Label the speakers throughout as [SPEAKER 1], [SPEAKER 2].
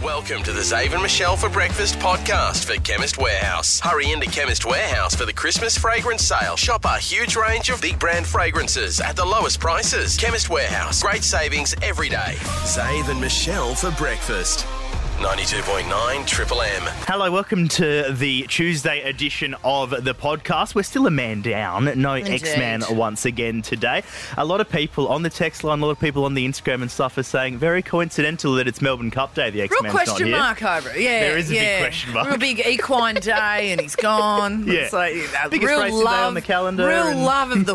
[SPEAKER 1] Welcome to the Zave and Michelle for Breakfast podcast for Chemist Warehouse. Hurry into Chemist Warehouse for the Christmas fragrance sale. Shop our huge range of big brand fragrances at the lowest prices. Chemist Warehouse, great savings every day. Zave and Michelle for Breakfast. 92.9 Triple M.
[SPEAKER 2] Hello, welcome to the Tuesday edition of the podcast. We're still a man down, no
[SPEAKER 3] Indeed.
[SPEAKER 2] X Man once again today. A lot of people on the text line, a lot of people on the Instagram and stuff are saying very coincidental that it's Melbourne Cup Day. The X
[SPEAKER 3] Real
[SPEAKER 2] Man's not
[SPEAKER 3] question
[SPEAKER 2] here.
[SPEAKER 3] mark over it. Yeah,
[SPEAKER 2] There is a big
[SPEAKER 3] yeah.
[SPEAKER 2] question mark.
[SPEAKER 3] Real big equine day, and he's gone.
[SPEAKER 2] Yeah.
[SPEAKER 3] It's like, uh,
[SPEAKER 2] Biggest
[SPEAKER 3] real
[SPEAKER 2] racing day
[SPEAKER 3] love
[SPEAKER 2] on the calendar
[SPEAKER 3] Real
[SPEAKER 2] and-
[SPEAKER 3] love of the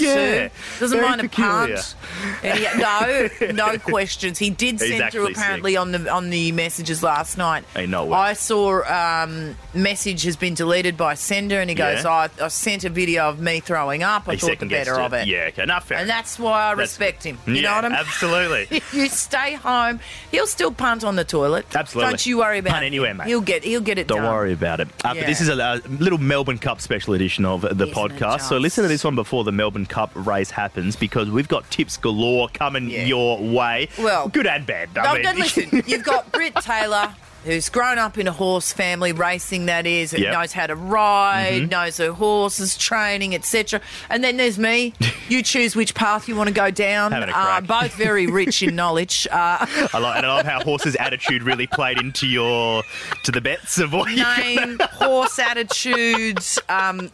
[SPEAKER 2] Yeah.
[SPEAKER 3] too. Doesn't
[SPEAKER 2] Very
[SPEAKER 3] mind
[SPEAKER 2] peculiar.
[SPEAKER 3] a punt. And he- no, no questions. He did send
[SPEAKER 2] He's
[SPEAKER 3] through
[SPEAKER 2] actually
[SPEAKER 3] apparently on the on the messages last night.
[SPEAKER 2] Ain't no way.
[SPEAKER 3] I saw um, message has been deleted by sender, and he goes,
[SPEAKER 2] Yeah.
[SPEAKER 3] "I I sent a video of me throwing up. I
[SPEAKER 2] He
[SPEAKER 3] thought the
[SPEAKER 2] second-guessed
[SPEAKER 3] better of it."
[SPEAKER 2] Yeah, okay, not fair.
[SPEAKER 3] And that's why I
[SPEAKER 2] That's-
[SPEAKER 3] respect him. You know
[SPEAKER 2] Yeah,
[SPEAKER 3] what I mean?
[SPEAKER 2] Absolutely.
[SPEAKER 3] you stay home. He'll still punt on the toilet.
[SPEAKER 2] Absolutely.
[SPEAKER 3] Don't you worry about
[SPEAKER 2] Punt
[SPEAKER 3] it.
[SPEAKER 2] anywhere, mate.
[SPEAKER 3] He'll get he'll get it
[SPEAKER 2] Don't
[SPEAKER 3] done.
[SPEAKER 2] worry about it. Uh, But
[SPEAKER 3] Yeah.
[SPEAKER 2] this is a, a little Melbourne Cup special edition of the
[SPEAKER 3] Isn't it
[SPEAKER 2] podcast. So
[SPEAKER 3] just?
[SPEAKER 2] listen to this one before the Melbourne Cup race happens because we've got tips galore coming
[SPEAKER 3] Yeah.
[SPEAKER 2] your way.
[SPEAKER 3] Well-
[SPEAKER 2] good and bad. I
[SPEAKER 3] No,
[SPEAKER 2] mean-
[SPEAKER 3] don't listen. You've got Britt Taylor. Who's grown up in a horse family, racing that is, and
[SPEAKER 2] Yep. Mm-hmm.
[SPEAKER 3] knows how to ride, knows her horses, training, etc. And then there's me. You choose which path you want to go down.
[SPEAKER 2] Having a
[SPEAKER 3] Uh,
[SPEAKER 2] crack.
[SPEAKER 3] both very rich in knowledge. Uh,
[SPEAKER 2] I like, and I love how horses' attitude really played into your to the bets of what you
[SPEAKER 3] name, horse attitudes, um,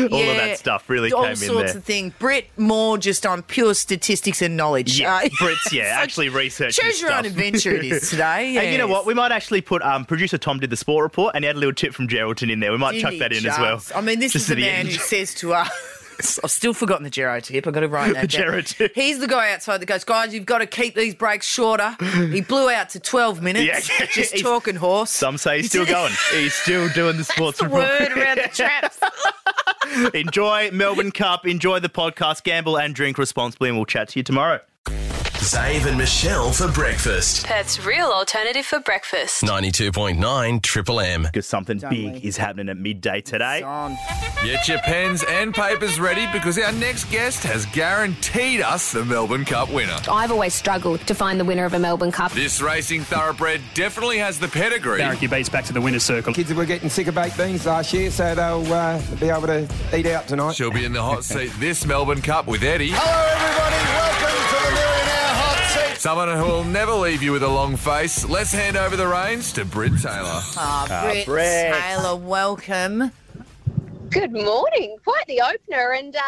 [SPEAKER 2] All of
[SPEAKER 3] yeah,
[SPEAKER 2] that stuff really
[SPEAKER 3] all
[SPEAKER 2] came in
[SPEAKER 3] sorts
[SPEAKER 2] there.
[SPEAKER 3] of things. Britt more just on pure statistics and knowledge.
[SPEAKER 2] Yeah,
[SPEAKER 3] Uh,
[SPEAKER 2] Brits, yeah, actually research
[SPEAKER 3] choose
[SPEAKER 2] this
[SPEAKER 3] your own
[SPEAKER 2] stuff.
[SPEAKER 3] adventure. It is today.
[SPEAKER 2] And you know
[SPEAKER 3] yes.
[SPEAKER 2] what? We might actually put um, producer Tom did the sport report, and he had a little tip from Geraldton in there. We might
[SPEAKER 3] Didn't
[SPEAKER 2] chuck
[SPEAKER 3] he
[SPEAKER 2] that in as
[SPEAKER 3] just?
[SPEAKER 2] well.
[SPEAKER 3] I mean, this
[SPEAKER 2] Just
[SPEAKER 3] is the
[SPEAKER 2] at
[SPEAKER 3] man
[SPEAKER 2] end.
[SPEAKER 3] who says to us. I've still forgotten the Gero tip. I've got to write that down.
[SPEAKER 2] Gero tip.
[SPEAKER 3] He's the guy outside that goes, guys, you've got to keep these breaks shorter. He blew out to 12 minutes.
[SPEAKER 2] Yeah.
[SPEAKER 3] Just
[SPEAKER 2] He's-
[SPEAKER 3] talking horse.
[SPEAKER 2] Some say he's still going. He's still doing the sports
[SPEAKER 3] the
[SPEAKER 2] report.
[SPEAKER 3] word around the traps.
[SPEAKER 2] Enjoy Melbourne Cup. Enjoy the podcast. Gamble and drink responsibly, and we'll chat to you tomorrow.
[SPEAKER 1] Zave and Michelle for Breakfast.
[SPEAKER 4] Perth's real alternative for breakfast.
[SPEAKER 1] 92.9 Triple M.
[SPEAKER 2] Because something big is happening at midday today.
[SPEAKER 3] On.
[SPEAKER 5] Get your pens and papers ready because our next guest has guaranteed us the Melbourne Cup winner.
[SPEAKER 6] I've always struggled to find the winner of a Melbourne Cup.
[SPEAKER 5] This racing thoroughbred definitely has the pedigree.
[SPEAKER 7] Barracky beats back to the winner's circle.
[SPEAKER 8] Kids were getting sick of baked beans last year, so they'll uh, be able to eat out tonight.
[SPEAKER 5] She'll be in the hot seat this Melbourne Cup with Eddie.
[SPEAKER 9] Hello, everybody. Welcome to the Millionaire Hot Seat.
[SPEAKER 5] Someone who will never leave you with a long face. Let's hand over the reins to Britt Taylor.
[SPEAKER 3] Britt,
[SPEAKER 2] Brett.
[SPEAKER 3] Taylor, welcome.
[SPEAKER 10] Good morning. Quite the opener. And uh,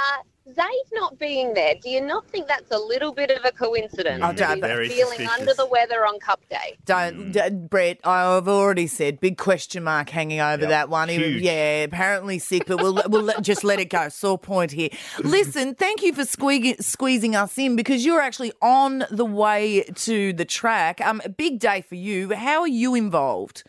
[SPEAKER 10] Zay's not being there. Do you not think that's a little bit of a coincidence?
[SPEAKER 2] Oh,
[SPEAKER 10] that
[SPEAKER 3] don't-
[SPEAKER 10] he's
[SPEAKER 2] Very
[SPEAKER 10] feeling
[SPEAKER 2] suspicious.
[SPEAKER 10] under the weather on Cup Day.
[SPEAKER 2] Mm.
[SPEAKER 3] Don't, d- Brett. I've already said big question mark hanging over
[SPEAKER 2] Yep.
[SPEAKER 3] that one. He was-
[SPEAKER 2] Huge.
[SPEAKER 3] yeah, apparently sick, but we'll we'll let- just let it go. Sore point here. Listen, thank you for squeeging, squeezing us in because you're actually on the way to the track. Um, a big day for you. How are you involved?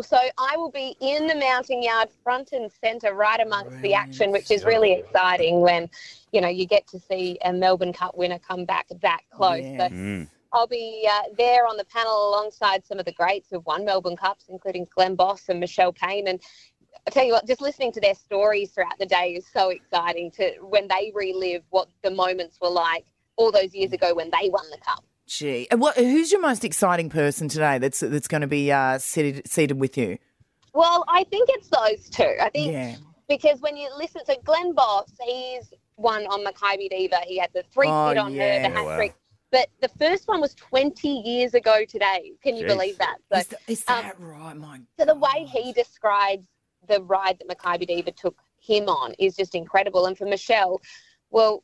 [SPEAKER 10] So I will be in the mounting yard front and centre right amongst the action, which is really exciting when, you know, you get to see a Melbourne Cup winner come back that close. But I'll be uh, there on the panel alongside some of the greats who've won Melbourne Cups, including Glenn Boss and Michelle Payne. And I tell you what, just listening to their stories throughout the day is so exciting to when they relive what the moments were like all those years ago when they won the cup.
[SPEAKER 3] Gee, And what, who's your most exciting person today? That's that's going to be uh, seated seated with you.
[SPEAKER 10] Well, I think it's those two. I think
[SPEAKER 3] Yeah.
[SPEAKER 10] because when you listen to Glenn Boss, he's won on Maccabi Diva. He had the three
[SPEAKER 3] Oh,
[SPEAKER 10] foot on
[SPEAKER 3] yeah.
[SPEAKER 10] her, the hat trick. But the first one was 20 years ago today. Can you
[SPEAKER 2] Jeez.
[SPEAKER 10] believe that? So,
[SPEAKER 3] Is, th- is
[SPEAKER 10] um,
[SPEAKER 3] that right, my
[SPEAKER 10] so the way he describes the ride that Maccabi Diva took him on is just incredible. And for Michelle, well,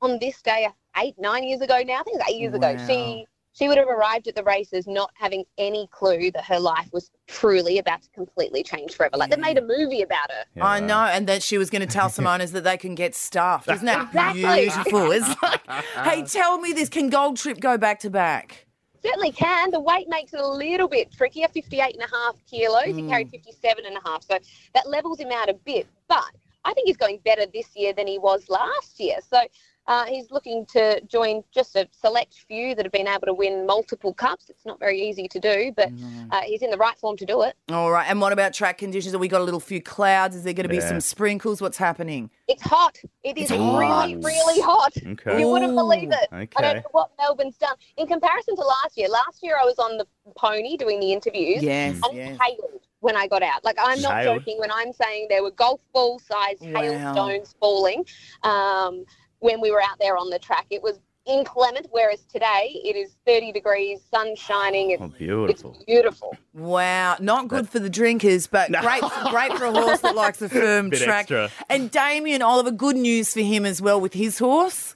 [SPEAKER 10] on this day, eight, nine years ago now, I think it was eight years ago,
[SPEAKER 3] Wow.
[SPEAKER 10] she she would have arrived at the races not having any clue that her life was truly about to completely change forever. Like they made a movie about her.
[SPEAKER 3] I know, and that she was going to tell some owners that they can get stuffed. Isn't that
[SPEAKER 10] Exactly.
[SPEAKER 3] beautiful? It's like, hey, tell me this. Can Gold Trip go back to back?
[SPEAKER 10] Certainly can. The weight makes it a little bit trickier, 58 and a half kilos. He carried 57 and a half. So that levels him out a bit. But I think he's going better this year than he was last year. So Uh, he's looking to join just a select few that have been able to win multiple cups. It's not very easy to do, but
[SPEAKER 3] Mm.
[SPEAKER 2] Mm-hmm.
[SPEAKER 10] uh, he's in the right form to do it.
[SPEAKER 3] All right. And what about track conditions? Have we got a little few clouds? Is there going to be some sprinkles? What's happening?
[SPEAKER 10] It's hot. It is really, really hot.
[SPEAKER 2] Okay.
[SPEAKER 10] You wouldn't believe it. I
[SPEAKER 2] Okay.
[SPEAKER 10] don't know what Melbourne's done in comparison to last year. Last year I was on the pony doing the interviews.
[SPEAKER 3] Yes.
[SPEAKER 10] And
[SPEAKER 3] yes.
[SPEAKER 10] it hailed when I got out. Like I'm not
[SPEAKER 2] Hailed?
[SPEAKER 10] joking when I'm saying there were golf ball sized
[SPEAKER 3] Wow.
[SPEAKER 10] hailstones falling um, when we were out there on the track. It was inclement, whereas today it is 30 degrees, sun shining. It's,
[SPEAKER 2] Oh, beautiful.
[SPEAKER 10] it's beautiful.
[SPEAKER 3] Wow, not good for the drinkers, but great, great for a horse that likes a firm
[SPEAKER 2] Bit
[SPEAKER 3] track.
[SPEAKER 2] extra.
[SPEAKER 3] And Damien Oliver, good news for him as well with his horse.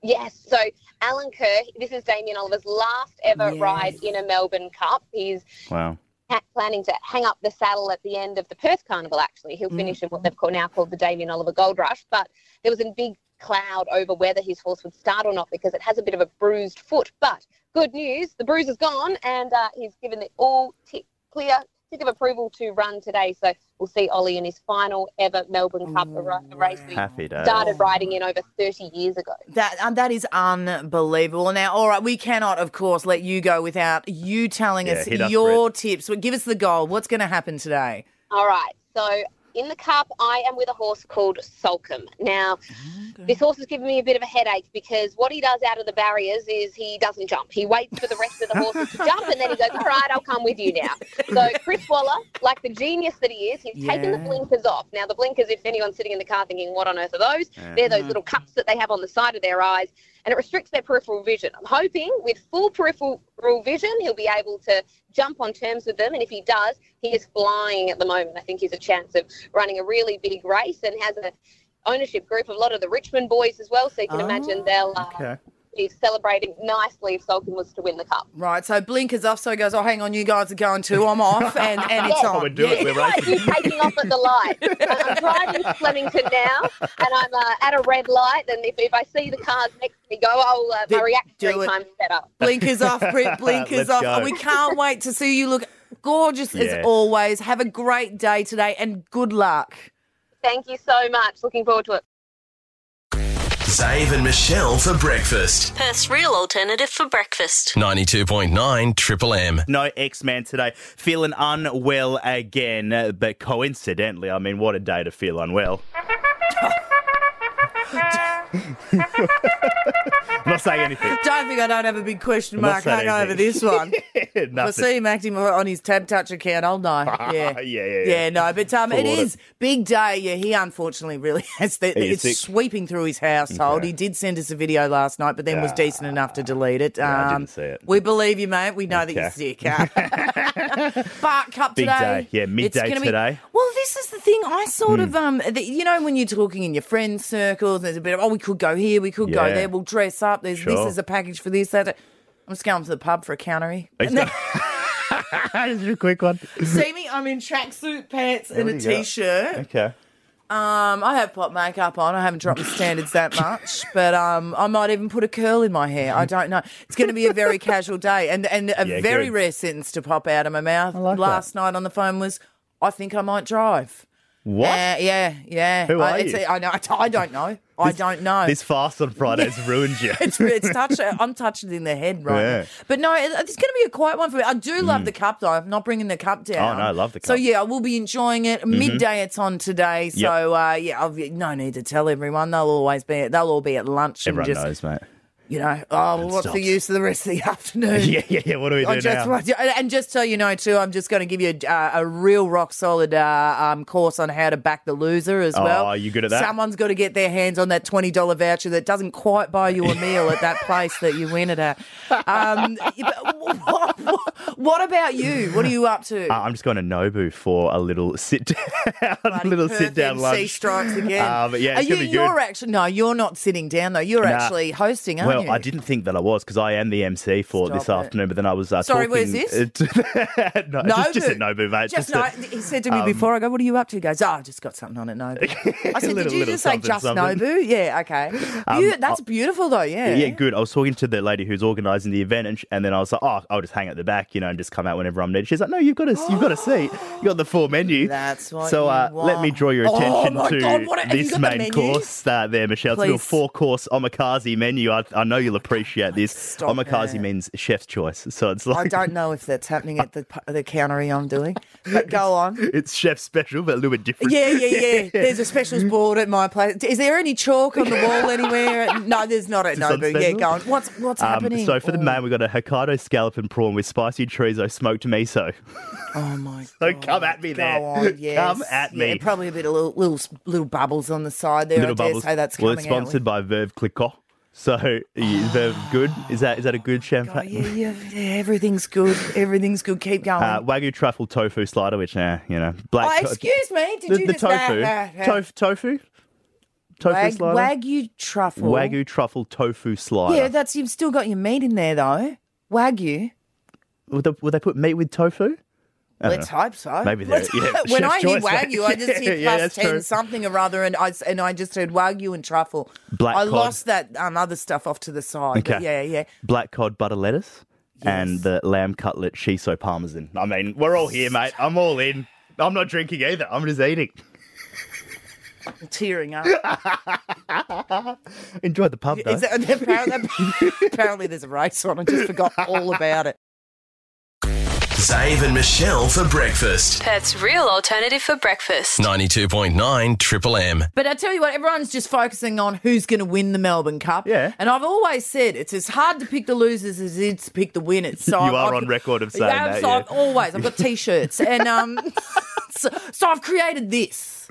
[SPEAKER 10] Yes. So Alan Kerr, this is Damien Oliver's last ever
[SPEAKER 3] Yes.
[SPEAKER 10] ride in a Melbourne Cup. He's
[SPEAKER 2] Wow.
[SPEAKER 10] ha- planning to hang up the saddle at the end of the Perth Carnival, actually. He'll finish in what they've called, now called the Damien Oliver Gold Rush. But there was a big cloud over whether his horse would start or not because it has a bit of a bruised foot. But good news, the bruise is gone and uh, he's given the all tick clear tick of approval to run today. So we'll see Ollie in his final ever Melbourne Cup, a ra- a race that he
[SPEAKER 2] Happy days.
[SPEAKER 10] started riding in over 30 years ago.
[SPEAKER 3] That um, that is unbelievable. Now, all right, we cannot, of course, let you go without you telling
[SPEAKER 2] Yeah,
[SPEAKER 3] us
[SPEAKER 2] hit us,
[SPEAKER 3] your tips. Well, give us the goal. What's going to happen today?
[SPEAKER 10] All right. So in the cup, I am with a horse called Sulcum. Now, this horse is giving me a bit of a headache because what he does out of the barriers is he doesn't jump. He waits for the rest of the horses to jump and then he goes, All right, I'll come with you now. So Chris Waller, like the genius that he is, he's taken the
[SPEAKER 3] Yeah.
[SPEAKER 10] blinkers off. Now, the blinkers, if anyone's sitting in the car thinking, What on earth are those? They're those little cups that they have on the side of their eyes and it restricts their peripheral vision. I'm hoping with full peripheral vision, he'll be able to jump on terms with them. And if he does, he is flying at the moment. I think he's a chance of running a really big race and has an ownership group of a lot of the Richmond boys as well. So you can
[SPEAKER 3] Oh,
[SPEAKER 10] imagine they'll uh,
[SPEAKER 2] Okay.
[SPEAKER 10] be celebrating nicely if Sulkin was to win the cup.
[SPEAKER 3] Right, so blinkers off, so he goes, oh, hang on, you guys are going too. I'm off, and, and it's
[SPEAKER 10] Yes.
[SPEAKER 3] on.
[SPEAKER 2] We're doing it.
[SPEAKER 10] It's
[SPEAKER 2] We're
[SPEAKER 10] like
[SPEAKER 2] racing.
[SPEAKER 10] you taking off at the light. I'm driving to Flemington now, and I'm uh, at a red light. And if, if I see the cars next to me go, I'll uh,
[SPEAKER 3] Do-
[SPEAKER 10] my
[SPEAKER 3] do
[SPEAKER 10] reaction
[SPEAKER 3] it.
[SPEAKER 10] time's set up.
[SPEAKER 3] Blinkers off, Brit, blinkers
[SPEAKER 2] Let's
[SPEAKER 3] off.
[SPEAKER 2] go.
[SPEAKER 3] And we can't wait to see you look gorgeous as
[SPEAKER 2] Yes.
[SPEAKER 3] always. Have a great day today and good luck.
[SPEAKER 10] Thank you so much. Looking forward to it.
[SPEAKER 1] Dave and Michelle for breakfast.
[SPEAKER 4] Perth's real alternative for breakfast.
[SPEAKER 1] 92.9 Triple M.
[SPEAKER 2] No X Man today. Feeling unwell again, uh, but coincidentally, I mean, what a day to feel unwell. I'm not saying anything.
[SPEAKER 3] Don't think I don't have a big question
[SPEAKER 2] I'm not
[SPEAKER 3] mark hung
[SPEAKER 2] saying
[SPEAKER 3] over
[SPEAKER 2] anything.
[SPEAKER 3] this one. if I
[SPEAKER 2] Nothing.
[SPEAKER 3] see him acting on his Tab Touch account, I'll know.
[SPEAKER 2] Yeah,
[SPEAKER 3] Yeah.
[SPEAKER 2] yeah, yeah.
[SPEAKER 3] no, but um, it
[SPEAKER 2] audit.
[SPEAKER 3] is big day. Yeah, he unfortunately really has that.
[SPEAKER 2] He is
[SPEAKER 3] It's
[SPEAKER 2] sick.
[SPEAKER 3] sweeping through his household. He did send us a video last night, but then was decent enough to delete it.
[SPEAKER 2] I
[SPEAKER 3] um,
[SPEAKER 2] didn't see it.
[SPEAKER 3] We believe you, mate. We know that you're
[SPEAKER 2] Okay.
[SPEAKER 3] sick. huh? Bart Cup
[SPEAKER 2] Big
[SPEAKER 3] today.
[SPEAKER 2] day. Yeah,
[SPEAKER 3] It's
[SPEAKER 2] midday
[SPEAKER 3] gonna be-
[SPEAKER 2] today. Hmm.
[SPEAKER 3] well, this is the thing. I sort of um, the, you know, when you're talking in your friend circles, there's a bit of oh, we could go here, we could go
[SPEAKER 2] Yeah.
[SPEAKER 3] there. We'll dress up. There's this
[SPEAKER 2] Sure.
[SPEAKER 3] is a package for this. That. I'm just going to the pub for a countery.
[SPEAKER 2] Just a quick one.
[SPEAKER 3] See me? I'm in tracksuit pants and
[SPEAKER 2] do
[SPEAKER 3] a
[SPEAKER 2] you got?
[SPEAKER 3] t-shirt.
[SPEAKER 2] Okay.
[SPEAKER 3] Um, I have pop makeup on. I haven't dropped my standards that much, but um, I might even put a curl in my hair. I don't know. It's going to be a very casual day, and and a
[SPEAKER 2] Yeah,
[SPEAKER 3] very
[SPEAKER 2] good.
[SPEAKER 3] rare sentence to pop out of my mouth.
[SPEAKER 2] like that.
[SPEAKER 3] Last night on the phone was, "I think I might drive."
[SPEAKER 2] What?
[SPEAKER 3] Uh, yeah, yeah.
[SPEAKER 2] Who
[SPEAKER 3] I,
[SPEAKER 2] are
[SPEAKER 3] it's,
[SPEAKER 2] you?
[SPEAKER 3] I know. I don't know. I don't know.
[SPEAKER 2] This fast on Fridays ruined you.
[SPEAKER 3] it's, it's touch. uh, I'm touching in the head right
[SPEAKER 2] Yeah. Mm.
[SPEAKER 3] now. But no, it- it's going to be a quiet one for me. I do love the cup though. I'm not bringing the cup down.
[SPEAKER 2] Oh, no, I love the
[SPEAKER 3] So
[SPEAKER 2] cup. Mm-hmm.
[SPEAKER 3] yeah, I will be enjoying it. Midday it's on today. So
[SPEAKER 2] Yep.
[SPEAKER 3] uh, yeah, I've, no need to tell everyone. They'll always be. They'll all be at lunch
[SPEAKER 2] Everyone
[SPEAKER 3] and
[SPEAKER 2] knows,
[SPEAKER 3] just
[SPEAKER 2] mate.
[SPEAKER 3] you know. Oh, well, what's the
[SPEAKER 2] stops.
[SPEAKER 3] use of the rest of the afternoon?
[SPEAKER 2] Yeah, yeah, yeah. What do we do
[SPEAKER 3] I Oh, just
[SPEAKER 2] now?
[SPEAKER 3] want to- and just so you know too, I'm just going to give you a, uh, a real rock solid uh, um, course on how to back the loser as
[SPEAKER 2] Oh,
[SPEAKER 3] well.
[SPEAKER 2] are you good at that?
[SPEAKER 3] Someone's got to get their hands on that twenty dollar voucher that doesn't quite buy you a meal at that place that you win it at. Um, but what, what, what about you? What are you up to?
[SPEAKER 2] Uh, I'm just going to Nobu for a little sit down, a
[SPEAKER 3] Bloody
[SPEAKER 2] little
[SPEAKER 3] Perth
[SPEAKER 2] sit down
[SPEAKER 3] MC
[SPEAKER 2] lunch.
[SPEAKER 3] strikes again.
[SPEAKER 2] Uh, but yeah,
[SPEAKER 3] are
[SPEAKER 2] it's
[SPEAKER 3] you?
[SPEAKER 2] gonna be good.
[SPEAKER 3] You're actually no, you're not sitting down though. You're
[SPEAKER 2] Nah.
[SPEAKER 3] actually hosting, aren't
[SPEAKER 2] well, know,
[SPEAKER 3] you?
[SPEAKER 2] I didn't think that I was because I am the MC for
[SPEAKER 3] Stop
[SPEAKER 2] this
[SPEAKER 3] it.
[SPEAKER 2] afternoon. But then I was uh,
[SPEAKER 3] Sorry,
[SPEAKER 2] talking,
[SPEAKER 3] where's this?
[SPEAKER 2] uh, to- no, just, just at Nobu, mate.
[SPEAKER 3] Just,
[SPEAKER 2] at- um,
[SPEAKER 3] no, he said to me before, I go, what are you up to? He goes, oh, I just got something on at Nobu. I said,
[SPEAKER 2] Little-
[SPEAKER 3] did you
[SPEAKER 2] little
[SPEAKER 3] just say
[SPEAKER 2] something,
[SPEAKER 3] just
[SPEAKER 2] something." Um,
[SPEAKER 3] Nobu? Yeah, okay. You- that's beautiful, though, yeah.
[SPEAKER 2] Yeah, good. I was talking to the lady who's organising the event, and, sh- and then I was like, "Oh, I'll just hang out the back, you know, and just come out whenever I'm needed." She's like, "No, you've got a you've got a seat. You got the full menu."
[SPEAKER 3] That's what
[SPEAKER 2] So
[SPEAKER 3] you
[SPEAKER 2] uh, let me
[SPEAKER 3] want.
[SPEAKER 2] draw your
[SPEAKER 3] Oh
[SPEAKER 2] attention
[SPEAKER 3] my
[SPEAKER 2] to
[SPEAKER 3] God, what a- have you
[SPEAKER 2] this
[SPEAKER 3] got the
[SPEAKER 2] main
[SPEAKER 3] menu?
[SPEAKER 2] course uh, there, Michelle. It's a little
[SPEAKER 3] Please.
[SPEAKER 2] four course omakase menu. I, I know you'll appreciate this.
[SPEAKER 3] Stop
[SPEAKER 2] omakase
[SPEAKER 3] it.
[SPEAKER 2] means chef's choice, so it's like
[SPEAKER 3] I don't know if that's happening at the, pu- the countery I'm doing, but go on.
[SPEAKER 2] it's chef special, but a little bit different.
[SPEAKER 3] Yeah, yeah, yeah. There's a specials board at my place. Is there any chalk on the wall anywhere? No, there's not at
[SPEAKER 2] Is this on
[SPEAKER 3] Nobu. Yeah,
[SPEAKER 2] special?
[SPEAKER 3] go on. What's what's
[SPEAKER 2] Um,
[SPEAKER 3] happening?
[SPEAKER 2] so for the
[SPEAKER 3] Oh,
[SPEAKER 2] main, we've got a Hokkaido scallop and prawn with spicy chorizo smoked miso.
[SPEAKER 3] Oh my
[SPEAKER 2] So
[SPEAKER 3] god!
[SPEAKER 2] come at me there.
[SPEAKER 3] Go on, yes.
[SPEAKER 2] Come at
[SPEAKER 3] Yeah,
[SPEAKER 2] me.
[SPEAKER 3] probably a bit of little little, little bubbles on the side there. I
[SPEAKER 2] Little
[SPEAKER 3] dare
[SPEAKER 2] bubbles.
[SPEAKER 3] say that's
[SPEAKER 2] well,
[SPEAKER 3] coming
[SPEAKER 2] it's sponsored by Verve Clicquot. So yeah, Verve, good. Is that is that a good
[SPEAKER 3] out. With... Oh,
[SPEAKER 2] champagne?
[SPEAKER 3] yeah, yeah, yeah, everything's good. Everything's good. Keep going.
[SPEAKER 2] Uh, Wagyu truffle tofu slider, which uh, you know,
[SPEAKER 3] oh,
[SPEAKER 2] black. to-
[SPEAKER 3] excuse me. Did
[SPEAKER 2] the,
[SPEAKER 3] you
[SPEAKER 2] the
[SPEAKER 3] just
[SPEAKER 2] tofu,
[SPEAKER 3] that, that,
[SPEAKER 2] Tof- tofu, tofu
[SPEAKER 3] Wag-
[SPEAKER 2] slider,
[SPEAKER 3] wagyu truffle?
[SPEAKER 2] Wagyu truffle tofu slider.
[SPEAKER 3] Yeah, that's you've still got your meat in there though. Wagyu.
[SPEAKER 2] would, they, would they put meat with tofu? I don't
[SPEAKER 3] Let's hope so.
[SPEAKER 2] Maybe they're-
[SPEAKER 3] Let's-
[SPEAKER 2] yeah, chef's
[SPEAKER 3] when I hear
[SPEAKER 2] choice, mate.
[SPEAKER 3] wagyu, I just hear
[SPEAKER 2] Yeah,
[SPEAKER 3] plus
[SPEAKER 2] that's
[SPEAKER 3] ten
[SPEAKER 2] true.
[SPEAKER 3] something or other, and I s- and I just heard wagyu and truffle.
[SPEAKER 2] Black
[SPEAKER 3] I
[SPEAKER 2] cod.
[SPEAKER 3] lost that um, other stuff off to the side. but
[SPEAKER 2] Okay.
[SPEAKER 3] Yeah, yeah.
[SPEAKER 2] Black cod butter lettuce and
[SPEAKER 3] Yes.
[SPEAKER 2] the lamb cutlet shiso parmesan. I mean, we're all here, mate. I'm all in. I'm not drinking either. I'm just eating.
[SPEAKER 3] I'm tearing up.
[SPEAKER 2] Enjoy the pub, though.
[SPEAKER 3] Is that, apparently, apparently there's a race on. I just forgot all about it.
[SPEAKER 1] Zave and Michelle for breakfast.
[SPEAKER 4] Perth's real alternative for breakfast.
[SPEAKER 1] 92.9 Triple M.
[SPEAKER 3] But I tell you what, everyone's just focusing on who's going to win the Melbourne Cup.
[SPEAKER 2] Yeah.
[SPEAKER 3] And I've always said it's as hard to pick the losers as it is to pick the winners. So
[SPEAKER 2] You
[SPEAKER 3] I've-
[SPEAKER 2] are
[SPEAKER 3] I've-
[SPEAKER 2] on record of
[SPEAKER 3] Yeah,
[SPEAKER 2] saying that,
[SPEAKER 3] So
[SPEAKER 2] yeah.
[SPEAKER 3] I've always. I've got t-shirts, and um, so, so I've created this.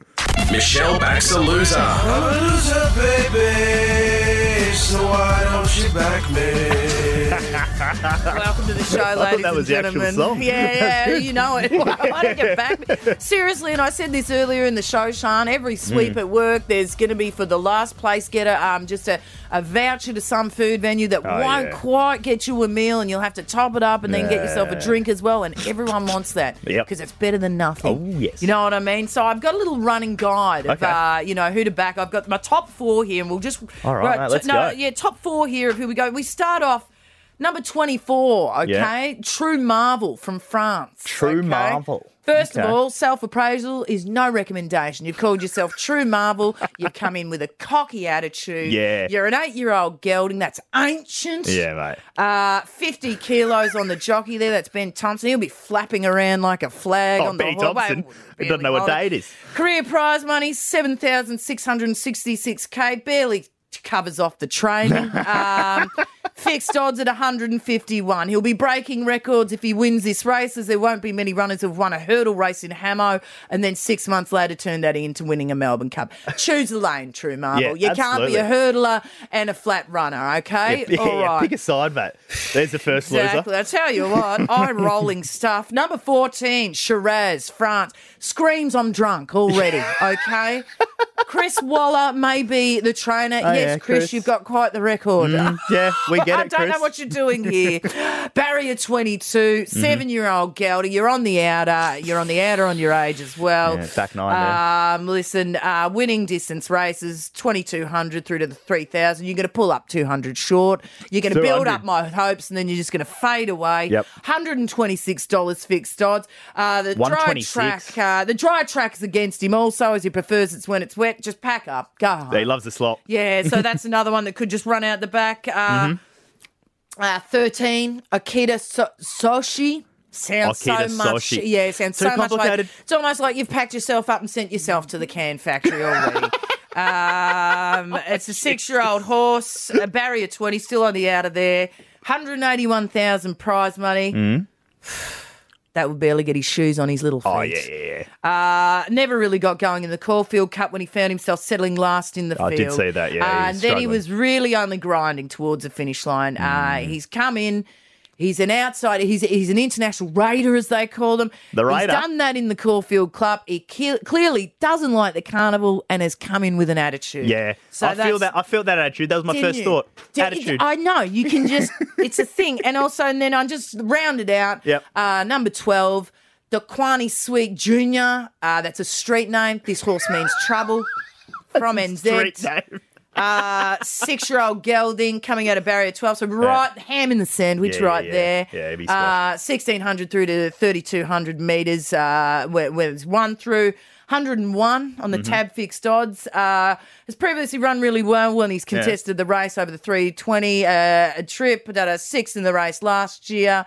[SPEAKER 1] Michelle backs a loser.
[SPEAKER 5] I'm a loser, baby, so why don't you back me?
[SPEAKER 3] Welcome to the show, ladies
[SPEAKER 2] that was
[SPEAKER 3] and
[SPEAKER 2] the actual
[SPEAKER 3] gentlemen.
[SPEAKER 2] song.
[SPEAKER 3] Yeah, yeah, you know it. Why don't you back? Seriously, and I said this earlier in the show, Sean. Every sweep
[SPEAKER 2] Mm.
[SPEAKER 3] at work, there's going to be for the last place getter, um, just a, a voucher to some food venue that
[SPEAKER 2] Oh,
[SPEAKER 3] won't
[SPEAKER 2] yeah.
[SPEAKER 3] quite get you a meal, and you'll have to top it up and then get yourself a
[SPEAKER 2] Yeah.
[SPEAKER 3] drink as well. And everyone wants that
[SPEAKER 2] Yep.
[SPEAKER 3] because it's better than nothing.
[SPEAKER 2] Oh, yes.
[SPEAKER 3] You know what I mean? So I've got a little running guide of
[SPEAKER 2] Okay.
[SPEAKER 3] uh, you know who to back. I've got my top four here, and we'll just
[SPEAKER 2] All right, mate, let's
[SPEAKER 3] no,
[SPEAKER 2] go.
[SPEAKER 3] yeah, top four here of who we go. We start off number 24, okay?
[SPEAKER 2] Yeah.
[SPEAKER 3] True Marvel from France.
[SPEAKER 2] True
[SPEAKER 3] okay?
[SPEAKER 2] Marvel.
[SPEAKER 3] First
[SPEAKER 2] Okay.
[SPEAKER 3] of all, self appraisal is no recommendation. You've called yourself True Marvel. You come in with a cocky attitude.
[SPEAKER 2] Yeah.
[SPEAKER 3] You're an eight year old gelding. That's ancient.
[SPEAKER 2] yeah, mate.
[SPEAKER 3] Uh, 50 kilos on the jockey there. That's Ben Thompson. He'll be flapping around like a flag
[SPEAKER 2] Oh,
[SPEAKER 3] on the
[SPEAKER 2] Benny
[SPEAKER 3] hallway.
[SPEAKER 2] Thompson.
[SPEAKER 3] Really
[SPEAKER 2] He doesn't know what
[SPEAKER 3] well.
[SPEAKER 2] day it is.
[SPEAKER 3] Career prize money, 7,666K, barely covers off the training. Um, fixed odds at 151. He'll be breaking records if he wins this race, as there won't be many runners who've won a hurdle race in Hamo and then six months later turn that into winning a Melbourne Cup. Choose a lane, True Marvel.
[SPEAKER 2] Yeah,
[SPEAKER 3] you can't be a hurdler and a flat runner, okay?
[SPEAKER 2] Yeah,
[SPEAKER 3] All
[SPEAKER 2] yeah,
[SPEAKER 3] right.
[SPEAKER 2] pick a side, mate. There's the first
[SPEAKER 3] Exactly.
[SPEAKER 2] loser.
[SPEAKER 3] I tell you what, I'm rolling stuff. Number 14, Shiraz, France. Screams, I'm drunk already, okay? Chris Waller may be the trainer.
[SPEAKER 2] Oh,
[SPEAKER 3] yes,
[SPEAKER 2] yeah,
[SPEAKER 3] Chris,
[SPEAKER 2] Chris.
[SPEAKER 3] you've got quite the record.
[SPEAKER 2] Mm, yeah, we get it,
[SPEAKER 3] I don't
[SPEAKER 2] Chris. Mm-hmm.
[SPEAKER 3] know what you're doing here. Barrier 22, seven year old Geldy. You're on the outer. You're on the outer on your age as well.
[SPEAKER 2] Yeah, back nine there.
[SPEAKER 3] Um, listen, uh, winning distance races, 2200 through to the 3000. You're going to pull up 200 short. You're going to build
[SPEAKER 2] 200.
[SPEAKER 3] up my hopes and then you're just going to fade away.
[SPEAKER 2] Yep.
[SPEAKER 3] $126 fixed odds. Uh, the dry
[SPEAKER 2] 126.
[SPEAKER 3] track, uh, the dry track is against him also as he prefers it's when it's wet. Just pack up. Go home.
[SPEAKER 2] He loves the slop.
[SPEAKER 3] Uh, Yeah, so that's another one that could just run out the back. Uh,
[SPEAKER 2] Mm-hmm.
[SPEAKER 3] uh, 13, Akita so- Soshi. Sounds
[SPEAKER 2] Akita
[SPEAKER 3] so much.
[SPEAKER 2] Soshi.
[SPEAKER 3] Yeah, sounds
[SPEAKER 2] Too
[SPEAKER 3] so much like.
[SPEAKER 2] complicated.
[SPEAKER 3] It's almost like you've packed yourself up and sent yourself to the can factory already. um, it's a six year old horse, a barrier 20, still on the outer there. 181,000 prize money. That would barely get his shoes on his little feet.
[SPEAKER 2] Mm. Oh, yeah, yeah, yeah.
[SPEAKER 3] Uh, never really got going in the Caulfield Cup when he found himself settling last in the
[SPEAKER 2] I
[SPEAKER 3] field.
[SPEAKER 2] did see that, yeah, he
[SPEAKER 3] Uh,
[SPEAKER 2] was
[SPEAKER 3] and then he
[SPEAKER 2] struggling. Mm.
[SPEAKER 3] was really only grinding towards the finish line. Uh, he's come in. He's an outsider. He's he's an international raider, as they call them.
[SPEAKER 2] The raider.
[SPEAKER 3] He's done that in the Caulfield Club. He ke- clearly doesn't like the carnival and has come in with an attitude.
[SPEAKER 2] Yeah.
[SPEAKER 3] So
[SPEAKER 2] I feel
[SPEAKER 3] that's-
[SPEAKER 2] that I feel that attitude. That was my
[SPEAKER 3] Didn't
[SPEAKER 2] first
[SPEAKER 3] you?
[SPEAKER 2] thought.
[SPEAKER 3] Did-
[SPEAKER 2] attitude.
[SPEAKER 3] I know you can just. it's a thing, and also, and then I just rounded out.
[SPEAKER 2] Yep.
[SPEAKER 3] Uh, number twelve, Daquani Sweet Junior. Uh, that's a street name. This horse means trouble. From
[SPEAKER 2] Great
[SPEAKER 3] NZ,
[SPEAKER 2] name.
[SPEAKER 3] uh, six-year-old gelding coming out of barrier twelve, so right ham in the sandwich
[SPEAKER 2] Yeah,
[SPEAKER 3] right
[SPEAKER 2] yeah,
[SPEAKER 3] there.
[SPEAKER 2] yeah. Yeah, he'd be
[SPEAKER 3] uh, sixteen hundred through to thirty-two hundred meters, uh, where, where it's one through. 101 on
[SPEAKER 2] Mm-hmm.
[SPEAKER 3] the tab fixed odds. Uh, has previously run really well when he's contested the race over the 320 uh, a trip, did a sixth in the race last year.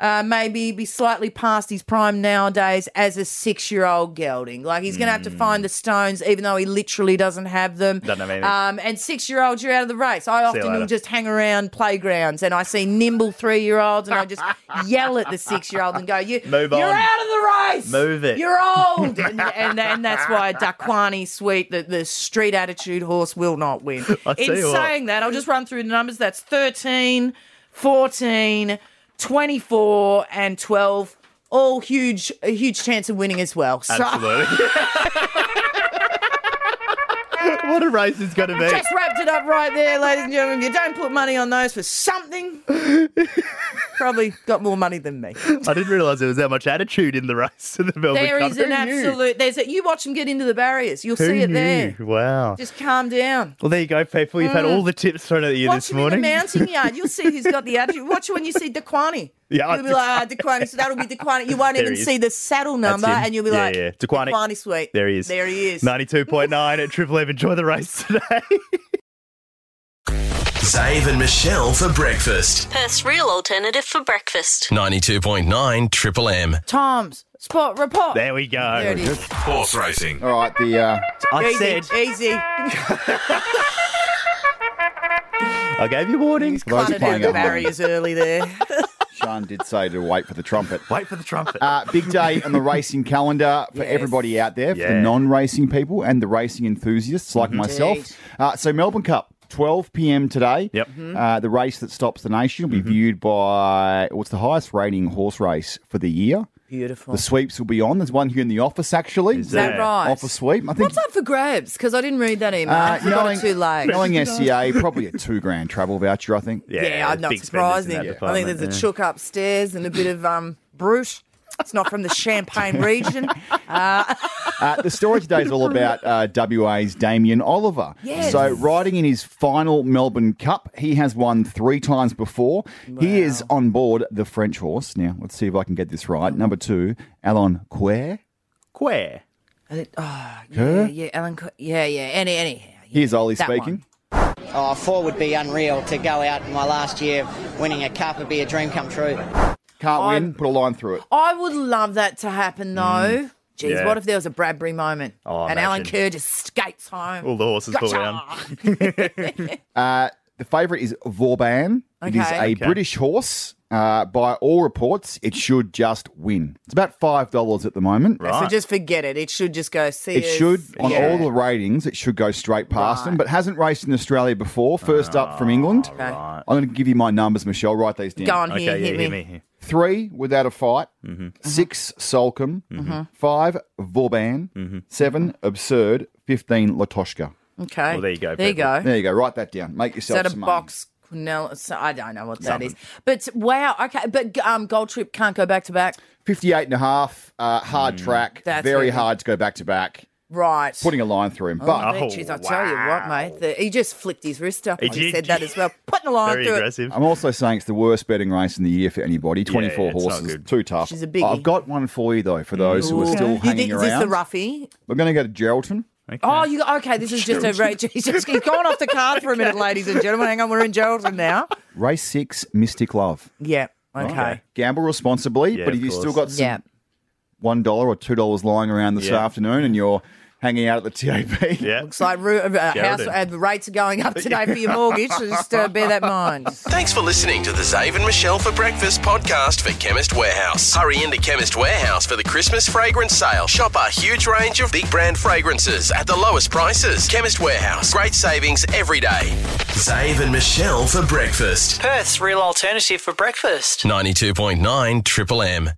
[SPEAKER 3] Uh, maybe be slightly past his prime nowadays as a six year old gelding. Like he's going to have to find the stones, even though he literally doesn't have them.
[SPEAKER 2] Hmm. Doesn't have anything.
[SPEAKER 3] Um, and six year olds, you're out of the race. I
[SPEAKER 2] See you
[SPEAKER 3] often will
[SPEAKER 2] later.
[SPEAKER 3] just hang around playgrounds and I see nimble three year olds and I just yell at the six year old and go, you,
[SPEAKER 2] Move
[SPEAKER 3] You're
[SPEAKER 2] on.
[SPEAKER 3] out of the race.
[SPEAKER 2] Move it."
[SPEAKER 3] You're old. and, and, and that's why Daquani Sweet, the, the street attitude horse, will not win.
[SPEAKER 2] I tell
[SPEAKER 3] In
[SPEAKER 2] you what.
[SPEAKER 3] saying that, I'll just run through the numbers. That's 13, 14, 24, and 12. All huge, a huge chance of winning as well. So
[SPEAKER 2] Absolutely. what a race it's going to be.
[SPEAKER 3] just wrapped it up right there, ladies and gentlemen. If you don't put money on those for something, probably got more money than me.
[SPEAKER 2] I didn't realise there was that much attitude in the race in the Melbourne
[SPEAKER 3] There
[SPEAKER 2] Cup.
[SPEAKER 3] is an
[SPEAKER 2] Who knew?
[SPEAKER 3] absolute. There's a, you watch them get into the barriers. You'll
[SPEAKER 2] Who
[SPEAKER 3] see it
[SPEAKER 2] knew?
[SPEAKER 3] there.
[SPEAKER 2] Wow.
[SPEAKER 3] Just calm down.
[SPEAKER 2] Well, there you go, people. You've had all the tips thrown at you
[SPEAKER 3] Watch
[SPEAKER 2] this
[SPEAKER 3] him
[SPEAKER 2] morning.
[SPEAKER 3] in the mounting yard. You'll see who's got the attitude. Watch when you see Dequani.
[SPEAKER 2] Yeah, I-
[SPEAKER 3] you'll be like, ah, Dequani. So that'll be Dequani. You won't
[SPEAKER 2] There
[SPEAKER 3] even
[SPEAKER 2] he is.
[SPEAKER 3] see the saddle number,
[SPEAKER 2] him.
[SPEAKER 3] and you'll be
[SPEAKER 2] Yeah,
[SPEAKER 3] like,
[SPEAKER 2] yeah. Dequani.
[SPEAKER 3] Dequani sweet.
[SPEAKER 2] There he is.
[SPEAKER 3] There he is.
[SPEAKER 2] 92.9 at Triple M. Enjoy the race today.
[SPEAKER 1] Zave and Michelle for breakfast.
[SPEAKER 4] Perth's real alternative for breakfast.
[SPEAKER 1] 92.9 Triple M.
[SPEAKER 3] Tom's spot report.
[SPEAKER 2] there we go.
[SPEAKER 3] There it is.
[SPEAKER 5] Horse racing.
[SPEAKER 9] All right, the uh,
[SPEAKER 2] I
[SPEAKER 3] easy,
[SPEAKER 2] said,
[SPEAKER 3] easy.
[SPEAKER 2] I gave you warnings.
[SPEAKER 9] those
[SPEAKER 3] Planted in
[SPEAKER 9] playing
[SPEAKER 3] the
[SPEAKER 9] at home,
[SPEAKER 3] barriers early there.
[SPEAKER 9] Sean did say to wait for the trumpet.
[SPEAKER 2] Wait for the trumpet.
[SPEAKER 9] Uh, big day on the racing calendar for everybody out there, for
[SPEAKER 2] Yeah.
[SPEAKER 9] the
[SPEAKER 2] Mhm.
[SPEAKER 9] non-racing people and the racing enthusiasts like myself.
[SPEAKER 3] Indeed.
[SPEAKER 9] Uh, so Melbourne Cup, 12 p.m. today.
[SPEAKER 2] Yep. Mm-hmm.
[SPEAKER 9] Uh, the race that stops the nation will be viewed by what's the highest rating horse race for the year.
[SPEAKER 3] Beautiful.
[SPEAKER 9] The sweeps will be on. There's one here in the office actually.
[SPEAKER 2] Is
[SPEAKER 3] that
[SPEAKER 2] Yeah.
[SPEAKER 3] right?
[SPEAKER 9] Office sweep. I think.
[SPEAKER 3] What's up for grabs? Because I didn't read that email.
[SPEAKER 9] Uh,
[SPEAKER 3] I got
[SPEAKER 9] knowing,
[SPEAKER 3] it too late.
[SPEAKER 9] knowing SEA, probably a two grand travel voucher, I think.
[SPEAKER 3] yeah, I'm not
[SPEAKER 2] big spenders in
[SPEAKER 3] surprised.
[SPEAKER 2] that
[SPEAKER 3] I think there's
[SPEAKER 2] department,
[SPEAKER 3] a
[SPEAKER 2] yeah.
[SPEAKER 3] chook upstairs and a bit of um brute. It's not from the Champagne region.
[SPEAKER 9] Uh, the story today is all about uh, WA's Damien Oliver.
[SPEAKER 3] Yes.
[SPEAKER 9] So, riding in his final Melbourne Cup, he has won three times before. He is on board the French horse. Now, let's see if I can get this right. Number two, Alan Quer.
[SPEAKER 2] Queer.
[SPEAKER 3] I think- oh, yeah, yeah, Alan. Co- Yeah, yeah. Any, anyhow. Yeah,
[SPEAKER 9] Here's Ollie
[SPEAKER 3] that
[SPEAKER 9] speaking.
[SPEAKER 3] one.
[SPEAKER 7] Oh, I thought it would be unreal to go out in my last year winning a cup would be a dream come true.
[SPEAKER 9] Can't
[SPEAKER 3] I'm-
[SPEAKER 9] win, put a line through it.
[SPEAKER 3] I would love that to happen though. Geez,
[SPEAKER 2] Mm. Yeah.
[SPEAKER 3] what if there was a Bradbury moment
[SPEAKER 2] Oh,
[SPEAKER 3] and Alan
[SPEAKER 2] imagine.
[SPEAKER 3] Kerr just skates home?
[SPEAKER 2] All the horses fall
[SPEAKER 3] Gotcha!
[SPEAKER 2] down.
[SPEAKER 9] Uh, the favourite is Vauban. It is a
[SPEAKER 3] Okay.
[SPEAKER 9] British horse. Uh, by all reports, it should just win. It's about $5 at the moment. Right.
[SPEAKER 3] So just forget it. It should just go see.
[SPEAKER 9] It
[SPEAKER 3] us.
[SPEAKER 9] should, on
[SPEAKER 3] Yeah.
[SPEAKER 9] all the ratings, it should go straight past them, but hasn't raced in Australia before. First up from England.
[SPEAKER 3] Ah, right.
[SPEAKER 9] I'm going to give you my numbers, Michelle. Write these down.
[SPEAKER 3] Go on
[SPEAKER 2] Okay,
[SPEAKER 3] here,
[SPEAKER 2] yeah,
[SPEAKER 3] hit
[SPEAKER 2] hear
[SPEAKER 3] me.
[SPEAKER 2] me.
[SPEAKER 9] Three, Without a Fight.
[SPEAKER 3] Mm-hmm.
[SPEAKER 9] Six, Solcombe. Five, Vauban.
[SPEAKER 3] Mm-hmm.
[SPEAKER 9] Seven, Absurd. Fifteen, Latoshka.
[SPEAKER 3] Okay.
[SPEAKER 2] Well, there you go,
[SPEAKER 3] There you
[SPEAKER 2] people.
[SPEAKER 3] go.
[SPEAKER 9] There you go. Write that down. Make
[SPEAKER 3] Is
[SPEAKER 9] yourself
[SPEAKER 3] that a
[SPEAKER 9] some money.
[SPEAKER 3] box? No, it's- I don't know what that is. But wow, okay. But um, Gold Trip can't go back to back.
[SPEAKER 9] 58 and a half, uh, hard
[SPEAKER 2] Hmm.
[SPEAKER 9] track.
[SPEAKER 3] That's
[SPEAKER 9] very
[SPEAKER 3] it.
[SPEAKER 9] hard to go back to back.
[SPEAKER 3] Right.
[SPEAKER 9] Putting a line through him. But
[SPEAKER 3] Oh, geez, I tell you what, mate. The, he just flicked his wrist up.
[SPEAKER 2] He
[SPEAKER 3] He, he
[SPEAKER 2] did.
[SPEAKER 3] said that as well. Putting a line
[SPEAKER 2] Very
[SPEAKER 3] through it.
[SPEAKER 2] aggressive.
[SPEAKER 9] I'm also saying it's the worst betting race in the year for anybody. 24
[SPEAKER 2] yeah, it's not
[SPEAKER 9] horses,
[SPEAKER 2] good. Mm.
[SPEAKER 9] too tough.
[SPEAKER 3] She's a biggie.
[SPEAKER 9] I've got one for you though, for those who are
[SPEAKER 3] Ooh.
[SPEAKER 9] Oh, still
[SPEAKER 3] You
[SPEAKER 9] hanging
[SPEAKER 3] think- is
[SPEAKER 9] around.
[SPEAKER 3] this the roughie?
[SPEAKER 9] We're going to go to Geraldton.
[SPEAKER 3] Oh, you okay? This is just a rage. He's just he's gone off the card for a minute, ladies and gentlemen. Hang on, we're in Geraldton now.
[SPEAKER 9] Race six, Mystic Love.
[SPEAKER 3] Yeah. Okay.
[SPEAKER 9] Gamble responsibly,
[SPEAKER 2] Yeah,
[SPEAKER 9] but
[SPEAKER 2] of
[SPEAKER 9] if you've still
[SPEAKER 2] course.
[SPEAKER 9] got some
[SPEAKER 3] Yeah.
[SPEAKER 9] one dollar or two dollars lying around this
[SPEAKER 2] Yeah.
[SPEAKER 9] afternoon, and you're hanging out at the TAP.
[SPEAKER 2] Yeah.
[SPEAKER 3] Looks like ru- uh, house
[SPEAKER 2] Sheridan.
[SPEAKER 3] uh, rates are going up today for your mortgage, so just uh, bear that in mind.
[SPEAKER 1] Thanks for listening to the Zave and Michelle for Breakfast podcast for Chemist Warehouse. Hurry into Chemist Warehouse for the Christmas fragrance sale. Shop our huge range of big brand fragrances at the lowest prices. Chemist Warehouse, great savings every day. Zave and Michelle for Breakfast.
[SPEAKER 11] Perth's real alternative for breakfast.
[SPEAKER 1] 92.9 Triple M.